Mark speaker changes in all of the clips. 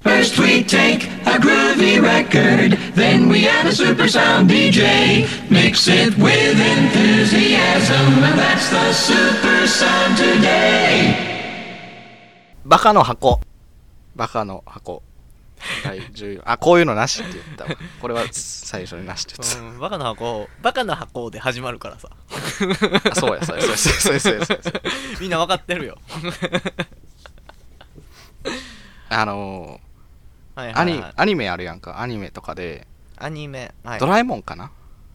Speaker 1: First we take a groovy record, then we add a super sound DJ. Mix it with enthusiasm, and that's the super sound today.
Speaker 2: バカの箱。バカの箱。第14あ、こういうのなしって言ったわ。これは最初になしって言っ
Speaker 3: うん、バカな箱バカな箱で始まるからさ
Speaker 2: た。あ、そうや、そうや、そうや、そうや、そうや、そうや。そうや
Speaker 3: みんな分かってるよ
Speaker 2: あの
Speaker 3: はい
Speaker 2: ー
Speaker 3: は
Speaker 2: ア
Speaker 3: い、
Speaker 2: ニ
Speaker 3: はい、、
Speaker 2: アニメあるやんか。アニメとかで、
Speaker 3: アニメ、はい、
Speaker 2: ドラえもんかな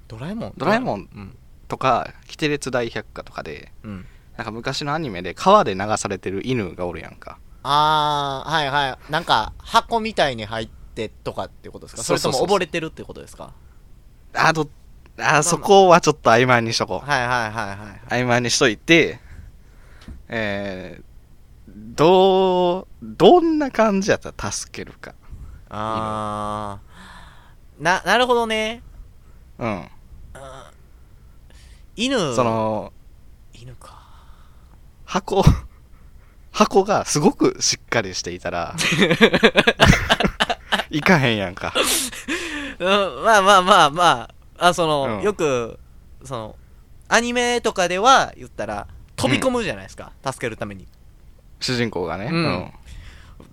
Speaker 3: ドラえもん
Speaker 2: ドラえもん
Speaker 3: うん、
Speaker 2: とか、キテレツ大百科とかで、
Speaker 3: うん、
Speaker 2: なんか昔のアニメで川で流されてる犬がおるやんか。
Speaker 4: あー、はいはい。なんか、箱みたいに入ってとかってことですか
Speaker 2: そ
Speaker 4: そうれ
Speaker 2: そ
Speaker 4: と
Speaker 2: うそう
Speaker 4: も溺れてるってことですか
Speaker 2: あ、ど、あ、そこはちょっと曖昧にしとこ
Speaker 4: はいはいはいはい。
Speaker 2: う。曖昧にしといて、えー、どう、どんな感じやったら助けるか。
Speaker 3: あーななるほどね
Speaker 2: うん。
Speaker 3: 犬
Speaker 2: その、
Speaker 3: 犬か
Speaker 2: 箱、 箱がすごくしっかりしていた ら、いかへんやんか。
Speaker 3: うんまあまあまあまああその、
Speaker 2: うん
Speaker 3: よくそのアニメとかでは言ったら飛び込むじゃないですか、助けるために
Speaker 2: 主人公がね。
Speaker 3: うん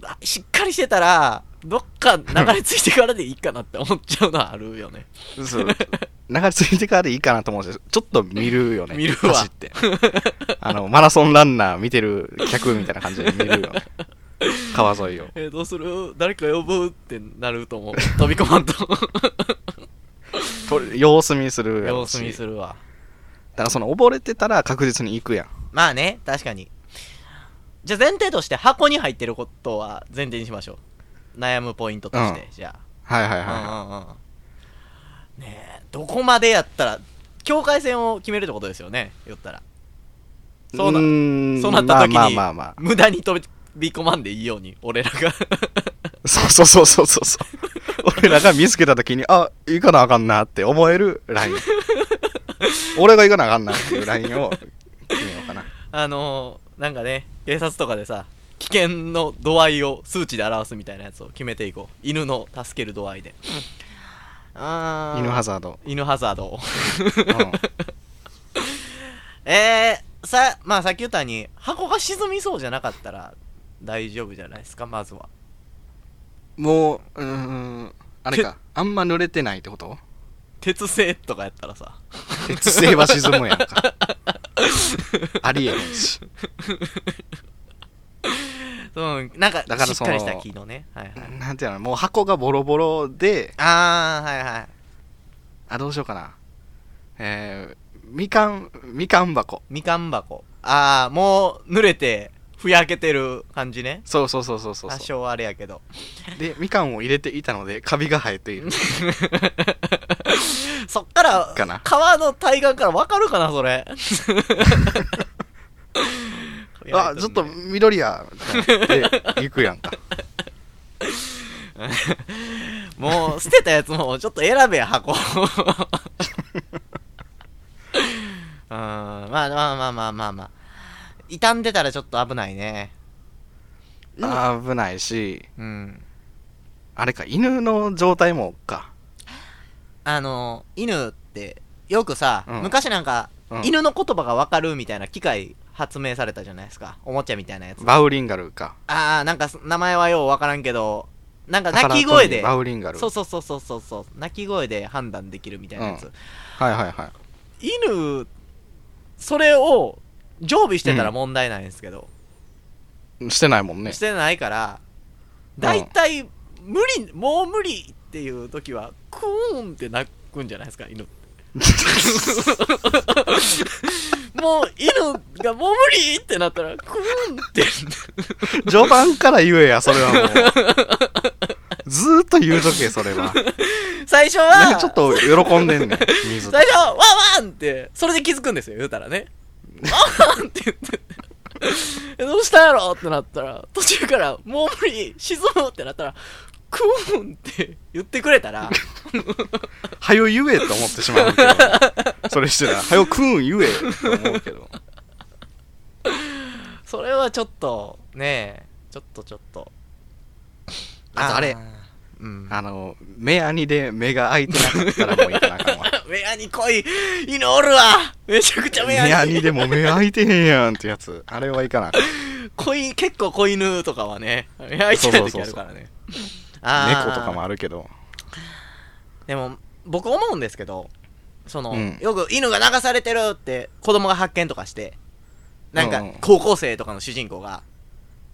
Speaker 3: あしっかりしてたらどっか流れ着いてからでいいかなって思っちゃうのはある よね
Speaker 2: うん。そう。流れ着いてからでいいかなと思うんですけど、ちょっと見るよね。
Speaker 3: 見るわ
Speaker 2: 走って。あの、マラソンランナー見てる客みたいな感じで見 るよね。川沿いを。
Speaker 3: えーどうする誰か呼ぶってなると思う飛び込 まんと
Speaker 2: と様子見するやろ
Speaker 3: 様
Speaker 2: うし
Speaker 3: 子見するわ
Speaker 2: だからその溺れてたら確実に行くやん
Speaker 3: まあね確かにじゃあ前提として箱に入ってることは前提にしましょう悩むポイントとして、
Speaker 2: う
Speaker 3: じゃ
Speaker 2: はいはいはい
Speaker 3: あ、
Speaker 2: は
Speaker 3: うんうんうんねえどこまでやったら境界線を決めるってことですよね言ったら
Speaker 2: い
Speaker 3: そうな
Speaker 2: ーん
Speaker 3: そうなった時に、
Speaker 2: まあまあまあま
Speaker 3: 無駄に飛び込まんでいいように俺らが
Speaker 2: あそうそうそうそうそうそう俺らが見つけた時にあ行かなあかんなって思えるライン俺が行かなあかんなっていうラインを決めようかな
Speaker 3: あのー、なんかね警察とかでさ危険の度合いを数値で表すみたいなやつを決めていこう犬の助ける度合いであー
Speaker 2: 犬ハザード、
Speaker 3: 犬ハザードを
Speaker 2: うん
Speaker 3: えー、さまあさっき言ったように箱が沈みそうじゃなかったら大丈夫じゃないですかまずは
Speaker 2: もううーんあれかあんま濡れてないってこと
Speaker 3: 鉄製とかやったらさ
Speaker 2: 鉄製は沈むやん かありえへんし
Speaker 3: うんなんか
Speaker 2: だから
Speaker 3: し
Speaker 2: そ
Speaker 3: っ
Speaker 2: の
Speaker 3: かりした木のねはいはい
Speaker 2: なんていうのもう箱がボロボロで
Speaker 3: ああはいはい
Speaker 2: あ、どうしようかな。えー、みかん、みかん箱。
Speaker 3: みかん箱ああもう濡れてふやけてる感じね
Speaker 2: そうそうそうそうそう
Speaker 3: 多少あれやけど
Speaker 2: で、みかんを入れていたので、カビが生えている。
Speaker 3: そっから
Speaker 2: かな
Speaker 3: 川の対岸からわかるかなそれ
Speaker 2: あ、ちょっと緑や、みたいなで、行くや んか。
Speaker 3: もう捨てたやつもちょっと選べや箱 うんまあまあまあまあまあまあ傷んでたらちょっと危ないね
Speaker 2: 危ないし、
Speaker 3: うん
Speaker 2: あれか、犬の状態もか。
Speaker 3: あの犬ってよくさ、
Speaker 2: うん
Speaker 3: 昔なんか、
Speaker 2: うん
Speaker 3: 犬の言葉がわかるみたいな機械発明されたじゃないですかおもちゃみたいなやつ
Speaker 2: バウリンガルか。
Speaker 3: ああなんかす名前はようわからんけどなんか鳴き声で
Speaker 2: バウリンガル。
Speaker 3: そう
Speaker 2: は
Speaker 3: そうそうそうそうそう鳴き声で判断できるみたいなやつ、
Speaker 2: ういはいはい。
Speaker 3: 犬それを常備してたら問題ないんですけど、
Speaker 2: してないもんね
Speaker 3: し。てないから
Speaker 2: うん
Speaker 3: 大体、無理もう無理っていう時はクーンって鳴くんじゃないですか 犬もう犬がもう無理ってなったらクーンって
Speaker 2: 序盤から言えや、それはも う。ずーっと言うとけ、それは。
Speaker 3: 最初
Speaker 2: なん
Speaker 3: は
Speaker 2: かちょっと喜んでんねん、水
Speaker 3: 最初はワンワンってそれで気づくんですよ言うたらねワンワンって言ってえどうしたやろってなったら途中からもう無理沈むってなったらクーンって言ってくれた ら
Speaker 2: はよ言えと思ってしまうけどそれしてたらはよくん言えと思うけど
Speaker 3: それはちょっとねえちょっとちょっと
Speaker 2: あとあれ
Speaker 4: ー。うん。
Speaker 2: あの、目アニで目が開いてなかったらもういかなあかんわ。
Speaker 3: 目アニ来い犬おるわめちゃくちゃ目
Speaker 2: 目
Speaker 3: ア
Speaker 2: ア
Speaker 3: ニ
Speaker 2: ニでも目開いてへんやんってやつ。あれはいかなあかん。
Speaker 3: 子犬結構子犬とかはね目開いてない時あるからねあー
Speaker 2: 猫とかもあるけど。
Speaker 3: でも僕思うんですけどその、
Speaker 2: うん
Speaker 3: よく犬が流されてるって子供が発見とかしてなん
Speaker 2: う
Speaker 3: か
Speaker 2: んうん
Speaker 3: 高校生とかの主人公が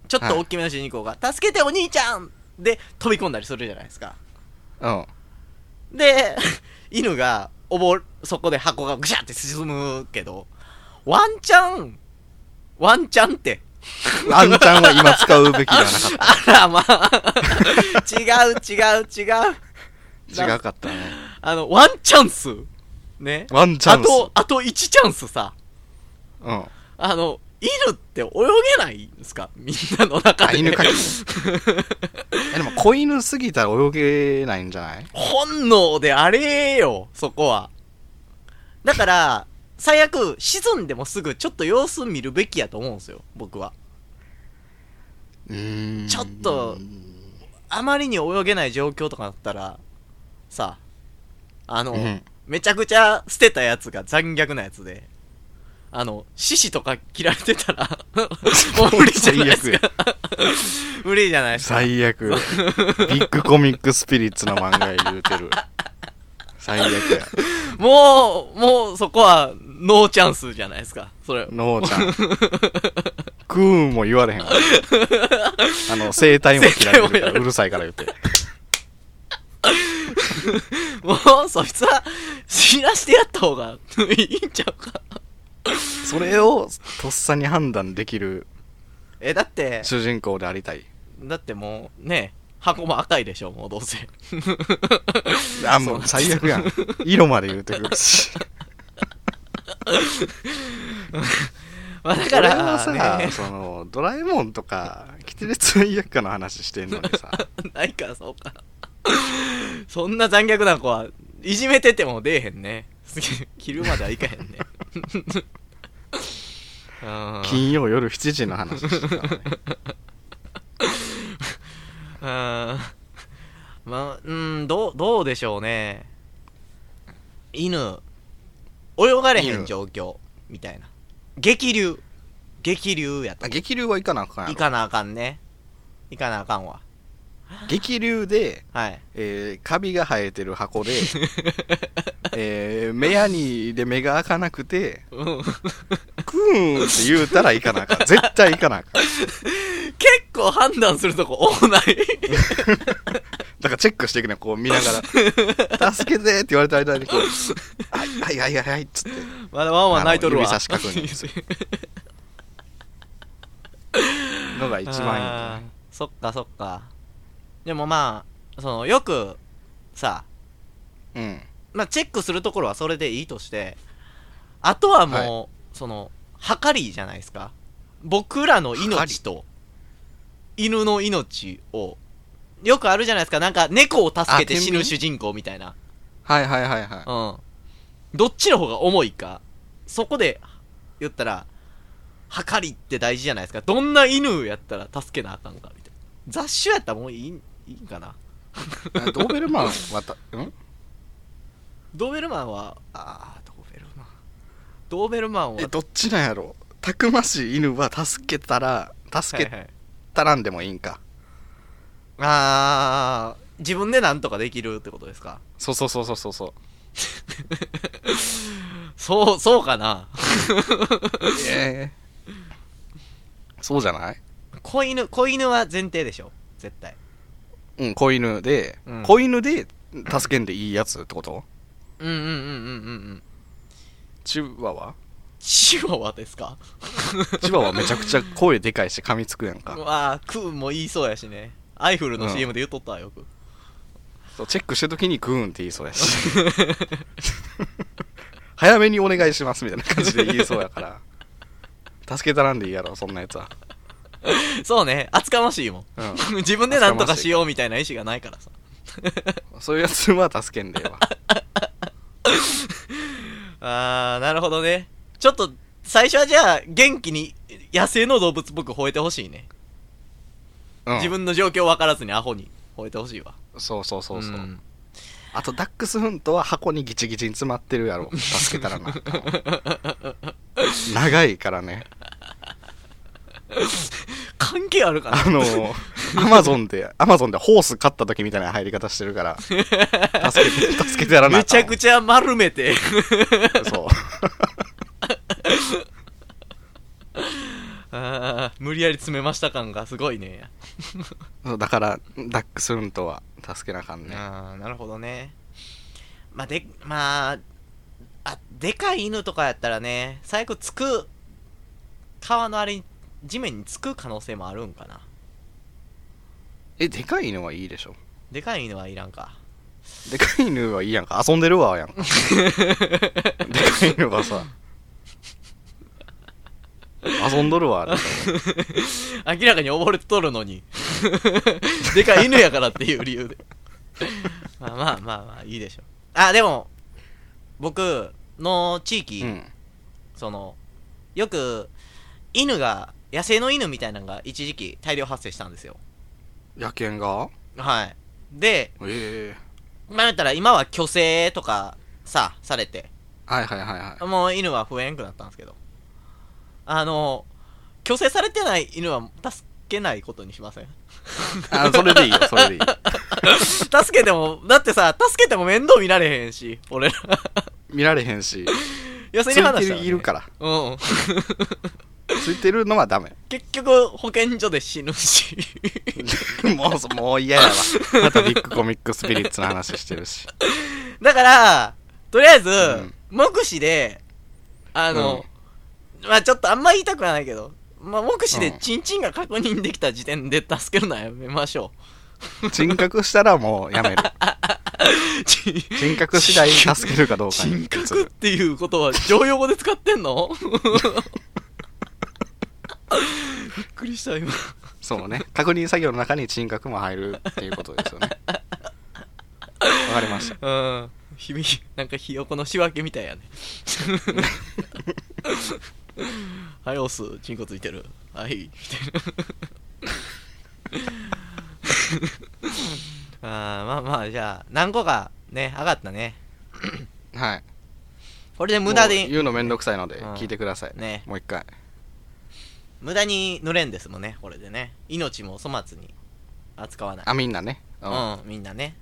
Speaker 3: ちょっと大きめの主人公が「助けてお兄ちゃん!」で飛び込んだりするじゃないですか
Speaker 2: うん。
Speaker 3: で 犬がおぼそこで箱がぐしゃって進むけどワンチャンワンチャンって
Speaker 2: あんちゃんは今使うべきではなかっ
Speaker 3: あらまあ違う違う違う
Speaker 2: た。違かったね。
Speaker 3: あのワンチャンスね
Speaker 2: ワンチャンス。
Speaker 3: あとあと1チャンスさ
Speaker 2: うん。
Speaker 3: あの犬って泳げないんですかみんなの中で
Speaker 2: あ犬かきえでも、子犬すぎたら泳げないんじゃない
Speaker 3: 本能であれよそこはだから最悪沈んでもすぐちょっと様子見るべきやと思うんですよ僕は
Speaker 2: うーん
Speaker 3: ちょっとあまりに泳げない状況とかだったらさあの、
Speaker 2: うん
Speaker 3: めちゃくちゃ捨てたやつが残虐なやつであの獅子とか切られ てたらもう無理じゃないですか 無理じゃないですか
Speaker 2: 最悪。ビッグコミックスピリッツの漫画言うてる。最悪や。
Speaker 3: もう、もうそこは、ノーチャンスじゃないですか。それ。
Speaker 2: のーちゃん。クーンも言われへんわ。あの、声帯も切られてるから、うるさいから言って。
Speaker 3: もう、そいつは、知らしてやった方がいいんちゃうか。
Speaker 2: それをとっさに判断できる
Speaker 3: え、だって、
Speaker 2: 主人公でありたい。
Speaker 3: だってもう、ね、箱も赤いでしょ、もうど うせ。
Speaker 2: あ、もう最悪やん。色まで言うてくるし。
Speaker 3: まあだか
Speaker 2: 俺
Speaker 3: ら
Speaker 2: は、さ、
Speaker 3: ね、
Speaker 2: その、ドラえもんとか、キテレツの役かの話してんのに さ、
Speaker 3: ないからそうか。そんな残虐な子は、いじめてても出えへんね。すげえ着るまではいかへんね。 うん
Speaker 2: 金曜夜7時の話してた のね。
Speaker 3: うーんまあ、うん、どう、どうでしょうね。犬、泳がれへん
Speaker 2: 犬
Speaker 3: 状況、みたいな。激流。激流やと
Speaker 2: あ。激流はいかなあかんや
Speaker 3: 行
Speaker 2: ろ
Speaker 3: かなあかんね。行かなあかんわ。
Speaker 2: 激流で、
Speaker 3: はい。
Speaker 2: えー、カビが生えてる 箱で、えー、目やにで目が開かなくて、
Speaker 3: うん、結
Speaker 2: クーンって言うたらいかなあかん。絶対いかなあか ん。
Speaker 3: 構判断するとこ多ない。
Speaker 2: だからチェックしていくね、こう見ながら。 助けてって言われた間にこう、はいはいはいはいはいっつって。
Speaker 3: まだワンワン泣いとるわ。
Speaker 2: あの指差し確 認ですのが一番いいんじゃ
Speaker 3: あーそっかそっか。でもまあ、その、よく、さ、
Speaker 2: ないうん。
Speaker 3: まあ、チェックするところはそれでいいとして、あとはもう、
Speaker 2: は
Speaker 3: その、はかりじゃないですか。僕らの命と、犬の命を、よくあるじゃないですか。なんか、猫を助けて
Speaker 2: あ天
Speaker 3: 死
Speaker 2: 秤
Speaker 3: ぬ主人公みたいな。
Speaker 2: はいはいはいは
Speaker 3: うん。どっちの方が重いか。そこで、言ったら、はかりって大事じゃないですか。どんな犬やったら助けなあかんか、みたいな。雑種やったらもういい、いいんかな。
Speaker 2: い。 ドーベルマンはた、ん
Speaker 3: ドーベルマンは、あー、ドーベルマン。ドーベルマンは
Speaker 2: え、、どっちなんやろたくましい犬は助けたら、助
Speaker 3: はい
Speaker 2: け
Speaker 3: はい
Speaker 2: たらんでもいいんか。
Speaker 3: あー、自分でなんとかできるってことですか
Speaker 2: そうそうそうそうそうそう。
Speaker 3: そう、そうかな
Speaker 2: ええそうじゃない
Speaker 3: 子犬、子犬は前提でしょ絶対。
Speaker 2: うん、子犬で、
Speaker 3: うん
Speaker 2: 子犬で助けんでいいやつってこと
Speaker 3: うんうんうんうんうんうん。
Speaker 2: チワワ
Speaker 3: チワワですか
Speaker 2: チワワめちゃくちゃ声でかいし噛みつくやんか
Speaker 3: う。わー、クーンも言いそうやしね。アイフルの CM で言っとったわよく。
Speaker 2: そうチェックしてるときにグーンって言いそうやし。 早めにお願いしますみたいな感じで言いそうやから。助けたらんでいいやろ、そんなやつは。
Speaker 3: そうね、厚かましいもん。
Speaker 2: うん。
Speaker 3: 自分でなんとかしようみたいな意思がないからさ。
Speaker 2: そういうやつは助けんでええわ。
Speaker 3: あー、なるほどね。ちょっと、最初はじゃあ、元気に野生の動物っぽく吠えてほしいね。
Speaker 2: うん、
Speaker 3: 自分の状況分からずにアホに。吠えてほしいわ
Speaker 2: そうそうそうそう、
Speaker 3: ん
Speaker 2: あとダックスフントは箱にギチギチに詰まってるやろ助けたらな長いからね
Speaker 3: 関係あるかな
Speaker 2: あ のアマゾンでアマゾンでホース買った時みたいな入り方してるから助けて助けてやらな
Speaker 3: めちゃく
Speaker 2: ち
Speaker 3: ちゃ丸めて
Speaker 2: ゃそう
Speaker 3: あー無理やり詰めました感がすごいね
Speaker 2: そうだからダックスフントは助けなあかんね
Speaker 3: ああなるほどねまあでまああでかい犬とかやったらね最悪つく皮のあれに地面につく可能性もあるんかな
Speaker 2: えでかい犬はいいでしょ
Speaker 3: でかい犬はいらんか
Speaker 2: でかい犬はいいやんか遊んでるわやんかでかい犬はさ遊んどるわあれ
Speaker 3: 明らかに溺れとるのに でかい犬やからっていう理由で まあまあまあまあいいでしょうあでも僕の地域、
Speaker 2: うん
Speaker 3: そのよく犬が野生の犬みたいなのが一時期大量発生したんですよ
Speaker 2: 野犬が
Speaker 3: はいで
Speaker 2: ええ
Speaker 3: まあ言ったら今は虚勢とかさされて
Speaker 2: はいはいはいはい
Speaker 3: もう犬は増えんくなったんですけどあの虚勢されてない犬は助けないことにし ません
Speaker 2: あそれでいいよそれでいい
Speaker 3: 助けてもだってさ助けても面倒見られへんし 俺ら
Speaker 2: 見られへんし
Speaker 3: 寄
Speaker 2: つ
Speaker 3: せに
Speaker 2: い
Speaker 3: 話してた
Speaker 2: るいるから
Speaker 3: らね、うん
Speaker 2: ついてるのはダメ
Speaker 3: 結局保健所で死ぬし
Speaker 2: もうそもう嫌やわまたビッグコミックスピリッツの話してるし
Speaker 3: だからとりあえず、
Speaker 2: ん
Speaker 3: 目視であの、まあちょっとあんま言いたくはないけどまあ目視で
Speaker 2: うん
Speaker 3: チンチンが確認できた時点で助けるのはやめましょ
Speaker 2: 人格したらもうやめる
Speaker 3: う チン
Speaker 2: 人格次第助けるかどうかに
Speaker 3: 人格っていうことは常用語で使って んの びっくりした今
Speaker 2: そうね確認作業の中に人格も入るっていうこと ですよねわかりました
Speaker 3: うんひびなんかひよこの仕分けみたいやねはい押すチンコついてるはいみ たいなあーまあまあじゃあ何個かね上がったね
Speaker 2: はい
Speaker 3: これで無駄
Speaker 2: もう
Speaker 3: に
Speaker 2: 言うのめんどくさいので
Speaker 3: うん
Speaker 2: 聞いてください
Speaker 3: ね
Speaker 2: もう一回
Speaker 3: 無駄に濡れんですもんねこれでね命も粗末に扱わない
Speaker 2: あみんなねうん
Speaker 3: うん、みんなね。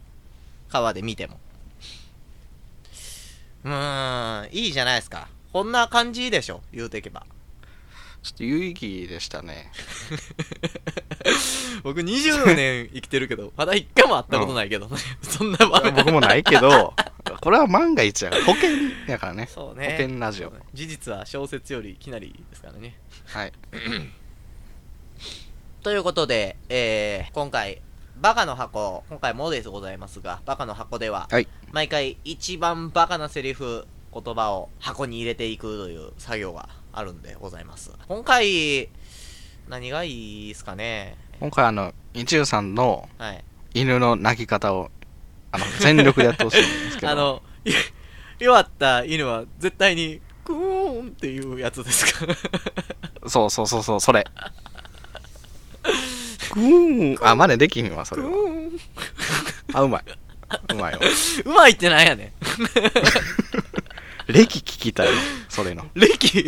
Speaker 3: 川で見ても。うーん、いいじゃないですか。こんな感じでしょ、言うてけば。
Speaker 2: ちょっと有意義でしたね
Speaker 3: 僕20年生きてるけど、ま だ一回も会ったことないけどね。 そんな場面。
Speaker 2: 僕もないけどこれは万が一やから保険やからね
Speaker 3: そ
Speaker 2: 保
Speaker 3: うね。
Speaker 2: 険ラジオ
Speaker 3: 事実は小説よりきなりですからね。
Speaker 2: はい
Speaker 3: ということで、えー、今回、バカの箱、今回もですございますが、バカの箱では、
Speaker 2: はい
Speaker 3: 毎回一番バカなセリフ、言葉を箱に入れていくという作業があるんでございます。今回、何がいいですかね
Speaker 2: 今回あの一応さんの
Speaker 3: はい。
Speaker 2: 犬の鳴き方をあの全力でやってほしいんですけど
Speaker 3: あの、 い弱った犬は絶対に、クーンっていうやつですか
Speaker 2: そうそうそうそうそれグーンあ真似できひんわそ
Speaker 3: ク
Speaker 2: れは
Speaker 3: ーン。
Speaker 2: あうまいうまいわ
Speaker 3: うまいってなんやねん。
Speaker 2: 歴聞きたいわそれの。
Speaker 3: 歴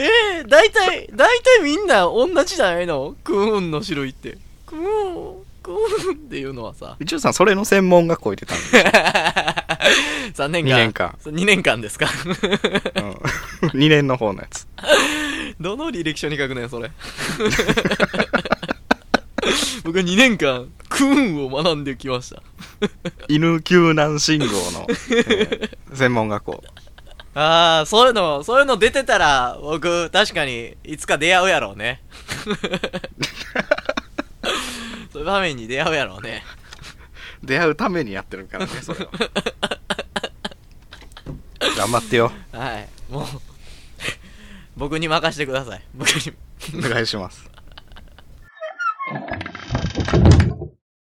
Speaker 3: えー、大体、大体みんな同じじゃないのクーンの種類って。クーン、クーンっていうのはさ
Speaker 2: 一応さんそれの専門学校行ってたんで
Speaker 3: 3年間。
Speaker 2: 二年間
Speaker 3: そう。2年間ですか
Speaker 2: うん、2年の方のやつ
Speaker 3: どの履歴書に書くねん、それ。 僕2年間、クーンを学んできました。
Speaker 2: 犬救難信号の、えー専門学校
Speaker 3: ああ、そういうの、そういうの出てたら、僕、確かに、いつか出会うやろうね。 そういう場面に出会うやろうね。
Speaker 2: 出会うためにやってるからねそれは頑張ってよ
Speaker 3: はい。もう、僕に任せてください。僕に。
Speaker 2: お願いします